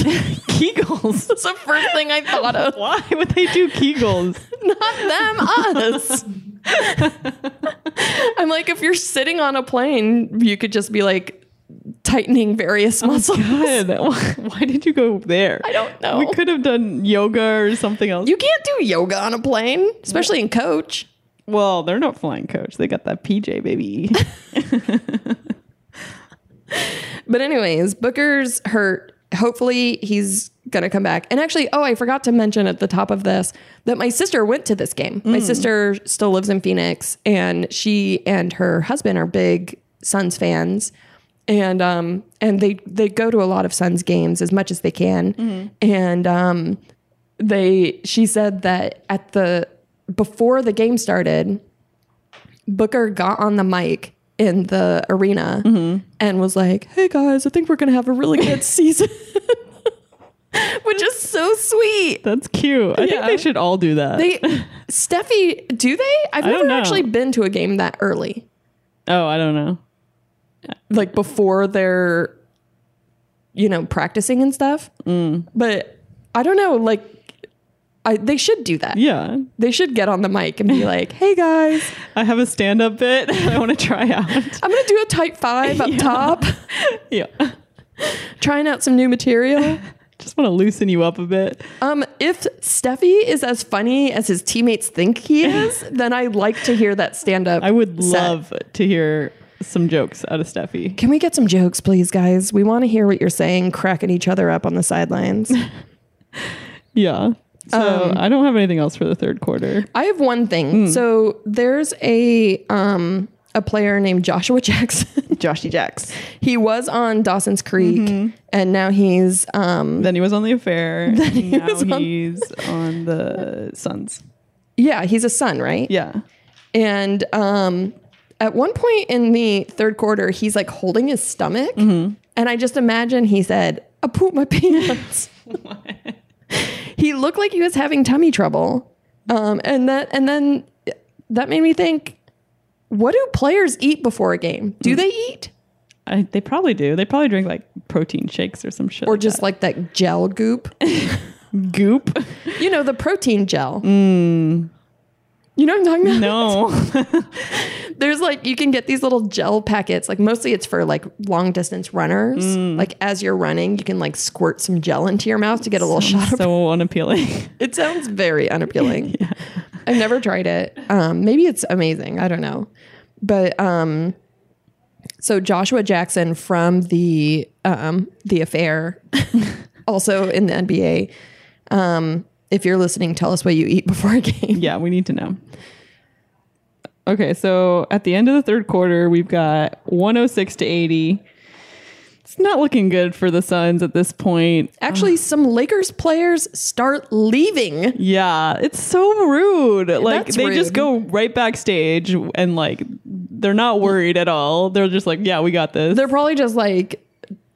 Kegels.
That's the first thing I thought of.
Why would they do Kegels?
Not them, us. I'm like, if you're sitting on a plane, you could just be like tightening various muscles.
God, why why did you go there?
I don't know.
We could have done yoga or something else.
You can't do yoga on a plane, especially in coach.
well, they're not flying coach. They got that PJ baby.
But anyways, Booker's hurt. Hopefully, he's gonna come back. And actually, oh, I forgot to mention at the top of this that my sister went to this game. My sister still lives in Phoenix, and she and her husband are big Suns fans, and um and they they go to a lot of Suns games as much as they can, and um they she said that at the before the game started Booker got on the mic in the arena and was like, "Hey guys, I think we're gonna have a really good season," which is so sweet.
That's cute. I think
Yeah.
they should all do that.
They, Steffi, do they? I've
I don't
never
know.
actually been to a game that early,
oh, I don't know.
like before they're, you know, practicing and stuff.
Mm.
But I don't know, like. I, they should do that.
Yeah.
They should get on the mic and be like, "Hey guys,
I have a stand up bit I want to try out.
I'm gonna do a tight five up top,
yeah.
trying out some new material."
Just want to loosen you up a bit.
Um, if Steffi is as funny as his teammates think he is, then I like to hear that stand up.
I would love to hear some jokes out of Steffi.
Can we get some jokes, please, guys? We want to hear what you're saying, cracking each other up on the sidelines.
Yeah. So I don't have anything else for the third quarter.
I have one
Hmm.
thing. So there's a um a player named Joshua Jackson.
Joshy Jacks.
he was on Dawson's Creek,
Mm-hmm.
and now he's um
Then he was on the affair. Then
he
now
was on-
he's on the Suns.
yeah he's a son, right?
Yeah.
And um, at one point in the third quarter, he's like holding his stomach. And I just imagine he said, I pooped my pants. he looked like he was having tummy trouble. Um, and that and then that made me think, what do players eat before a game? Do they eat?
I, they probably do. They probably drink like protein shakes or some shit.
Or just like that gel goop?
like goop.
you know, the protein gel. You know what I'm talking about?
No.
there's like you can get these little gel packets like mostly it's for like long distance runners like as you're running you can like squirt some gel into your mouth to get a little shot of
so unappealing.
it sounds very unappealing i've never tried it um, maybe it's amazing i don't know but um so joshua jackson from the um the affair also in the nba um if you're listening tell us what you eat before a game
Yeah, we need to know. Okay, so at the end of the third quarter, we've got 106 to 80. It's not looking good for the Suns at this point.
actually some lakers players start leaving
Yeah, it's so rude. Like
That's
they just
rude.
go right backstage and like they're not worried at all. They're just like, yeah, we got this.
They're probably just like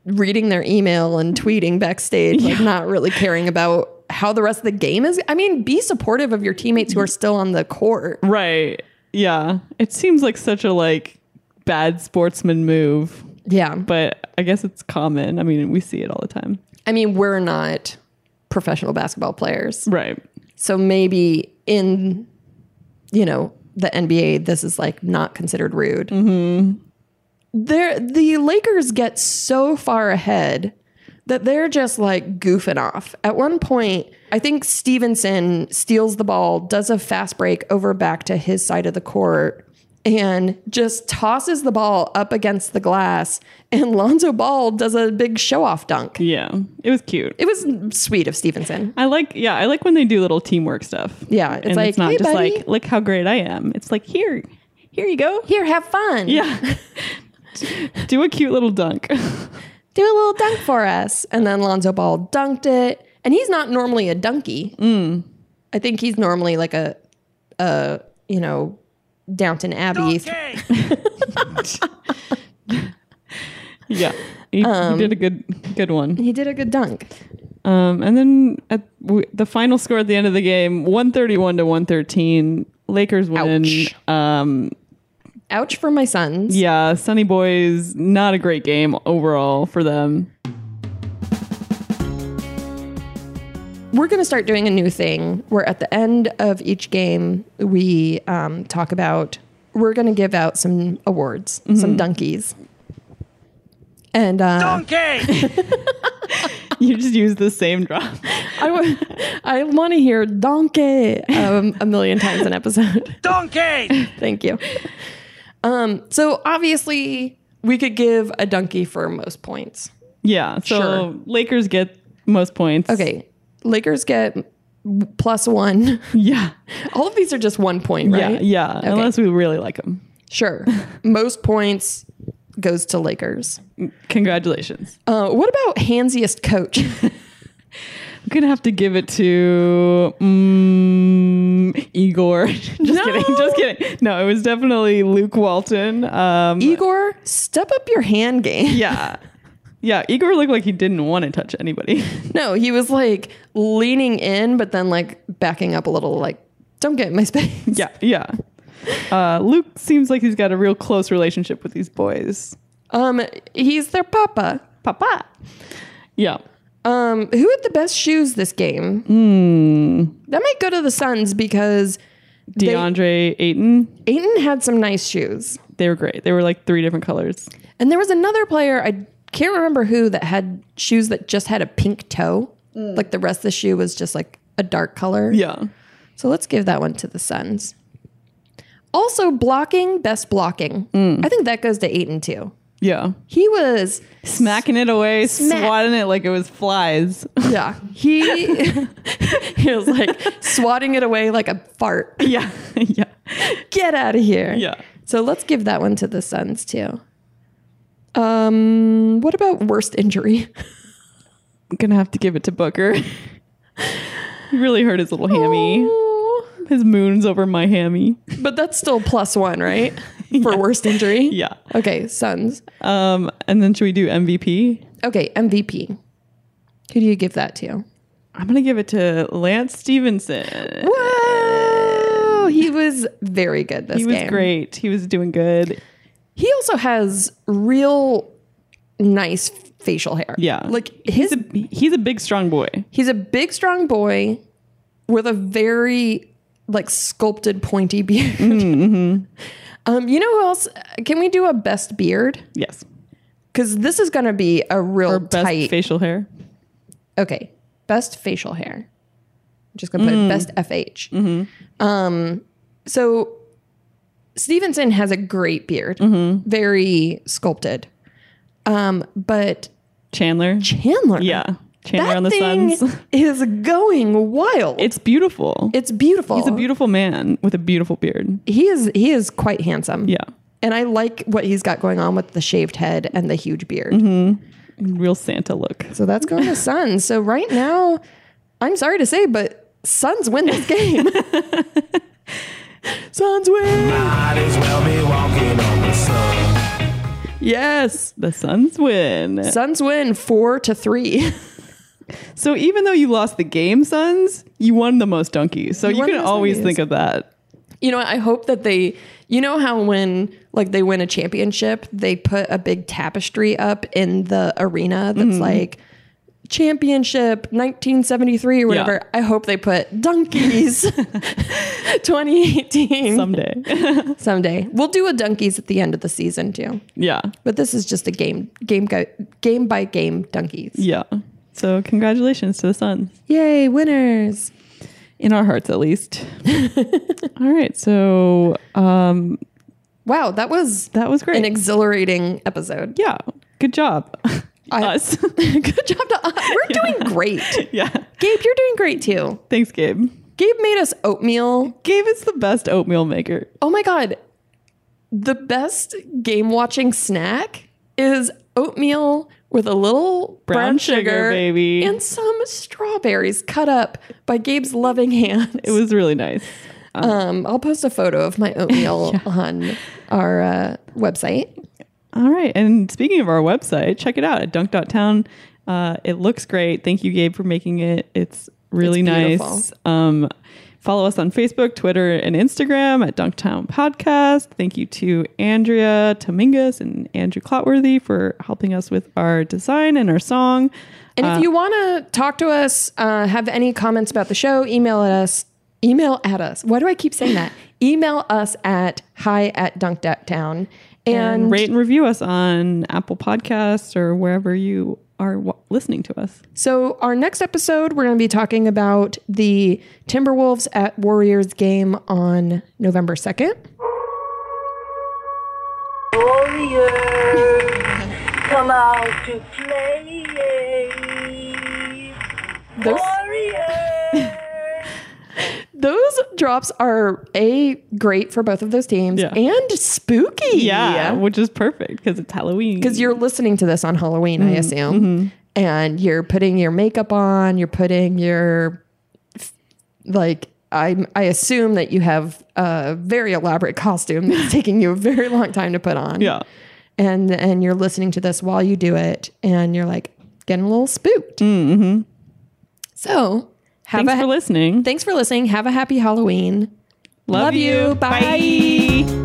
reading their email and tweeting backstage, like not really caring about how the rest of the game is. I mean, be supportive of your teammates who are still on the court.
right. Yeah. It seems like such a like bad sportsman move,
Yeah. But
but I guess it's common. I mean, we see it all the time.
I mean, we're not professional basketball players.
Right.
So maybe in, you know, the NBA, this is like not considered rude. Mm-hmm. They're, the Lakers get so far ahead that they're just like goofing off. At one point, I think Stevenson steals the ball, does a fast break over back to his side of the court, and just tosses the ball up against the glass. And Lonzo Ball does a big show off dunk.
Yeah. It was cute.
It was sweet of Stevenson.
I like, yeah, I like when they do little teamwork stuff.
Yeah, it's
and
like,
it's not
"Hey,
just
buddy."
like, look how great I am. It's like, here, here you go.
Here, have fun.
Yeah. do a cute little dunk.
do a little dunk for us. And then Lonzo Ball dunked it. And he's not normally a donkey. I think he's normally like a, a you know, Downton Abbey.
yeah. He,
Um,
he did a good, good one.
He did a good dunk.
Um, and then at w- the final score at the end of the game, 131 to 113, Lakers win.
Ouch.
Um,
Ouch for my sons.
yeah, Sunny Boys, not a great game overall for them.
We're going to start doing a new thing where at the end of each game, we um, talk about, we're going to give out some awards, some donkeys. And uh,
You just use the same drop.
I want to hear donkey um, a million times an episode. Donkey! Thank you. Um, so obviously, we could give a donkey for most points.
Yeah. So
Sure.
Lakers get most points.
Okay. Lakers get plus one.
Yeah.
All of these are just one point,
Yeah.
right?
Yeah. Unless we really like them.
Sure. Most points goes to Lakers.
Congratulations.
Uh, what about handsiest coach?
I'm gonna have to give it to mm, Igor. just kidding. Just kidding. No, it was definitely Luke Walton. Um,
Igor, step up your hand game.
yeah. Yeah, Igor looked like he didn't want to touch anybody.
No, he was like leaning in, but then like backing up a little, like, don't get in my space.
yeah, yeah. Uh, Luke seems like he's got a real close relationship with these boys.
Um, he's their papa.
Papa. Yeah.
Um, who had the best shoes this game?
Hmm.
That might go to the Suns because They-
DeAndre Ayton.
Ayton had some nice shoes.
They were great. They were like three different colors.
And there was another player, I can't remember who, that had shoes that just had a pink toe. Like the rest of the shoe was just like a dark color.
Mm. Yeah.
So let's give that one to the Suns. Also, blocking, best blocking.
Mm.
I think that goes to Ayton too.
Yeah.
He was,
Smacking it away,
Smack.
swatting it like it was flies.
yeah, he, he was like swatting it away like a fart.
yeah. yeah.
Get out of here.
Yeah.
So let's give that one to the Suns too. Um, what about worst injury?
I'm gonna have to give it to Booker. he really hurt his little hammy. His moon's over my hammy.
Oh. But that's still plus one, right? For worst injury.
Yeah.
Okay, Suns.
Um, and then should we do MVP?
Okay, MVP. Who do you give that to?
I'm gonna give it to Lance Stevenson.
Whoa! He was very good this
He was
game.
great. He was doing good.
He also has real nice facial hair.
Yeah.
Like his
He's a, he's a big, strong boy.
he's a big strong boy with a very like sculpted pointy beard.
Mm, mm-hmm.
Um, you know who else? Can we do a best beard?
Yes.
Because this is going to be a real
Or best
tight.
facial hair.
okay, best facial hair. I'm just gonna put
Mm.
best FH. Um,
Mm-hmm.
so Stevenson has a great beard,
Mm-hmm.
very sculpted. Um, but
Chandler.
Chandler,
yeah. Chandler
that
on the
thing
Suns.
is going wild.
It's beautiful.
it's beautiful.
he's a beautiful man with a beautiful beard.
he is he is quite handsome.
Yeah.
and I like what he's got going on with the shaved head and the huge beard.
Real Santa look.
So that's going to Suns. So right now, I'm sorry to say, but Suns win this game. Suns win.
Yes. The Suns win.
Suns win four to three.
So even though you lost the game, Suns, you won the most donkeys. So
You
you,
won
can
the most
always
donkeys.
think of that.
You know, I hope that they, you know how when like they win a championship, they put a big tapestry up in the arena
Mm-hmm.
that's like championship 1973 or whatever. I hope they put donkeys 2018
Someday.
someday. We'll do a donkeys at the end of the season too.
yeah.
But this is just a game, game, go, game by game donkeys.
Yeah. So congratulations to the Suns.
Yay, winners!
In our hearts at least. All right. So um
Wow, that was
that was great.
an exhilarating episode.
yeah. Good job.
I-
Us.
Good job to us. We're doing great.
yeah.
Gabe, you're doing great too.
Thanks, Gabe.
Gabe made us oatmeal.
Gabe is the best oatmeal maker.
Oh my god, the best game watching snack is oatmeal with a little brown,
Brown sugar, baby.
and some strawberries cut up by Gabe's loving hands.
It was really nice.
Um, I'll post a photo of my oatmeal on our uh, website.
All right. And speaking of our website, check it out at dunk.town. Uh, it looks great. Thank you, Gabe, for making it. It's really
It's
nice.
beautiful.
Um, follow us on Facebook, Twitter, and Instagram at Dunktown Podcast. Thank you to Andrea Tomingus and Andrew Clotworthy for helping us with our design and our song.
And if you want to talk to us, uh, have any comments about the show, email at us. Email at us. Why do I keep saying that? email us at hi at dunk.town. And,
And rate and review us on Apple Podcasts or wherever you are w- listening to us.
so, our next episode, we're going to be talking about the Timberwolves at Warriors game on November 2nd.
Warriors, come out to play.
those, those drops are a great for both of those teams
Yeah.
and spooky.
Yeah, which is perfect because it's Halloween.
because you're listening to this on Halloween,
Mm-hmm.
I assume, and you're putting your makeup on. You're putting your like I I assume that you have a very elaborate costume that's taking you a very long time to put on.
yeah,
and and you're listening to this while you do it, and you're like getting a little spooked. Mm-hmm. So have
thanks
a
for listening.
thanks for listening. Have a happy Halloween. Love, you. Bye.
Bye.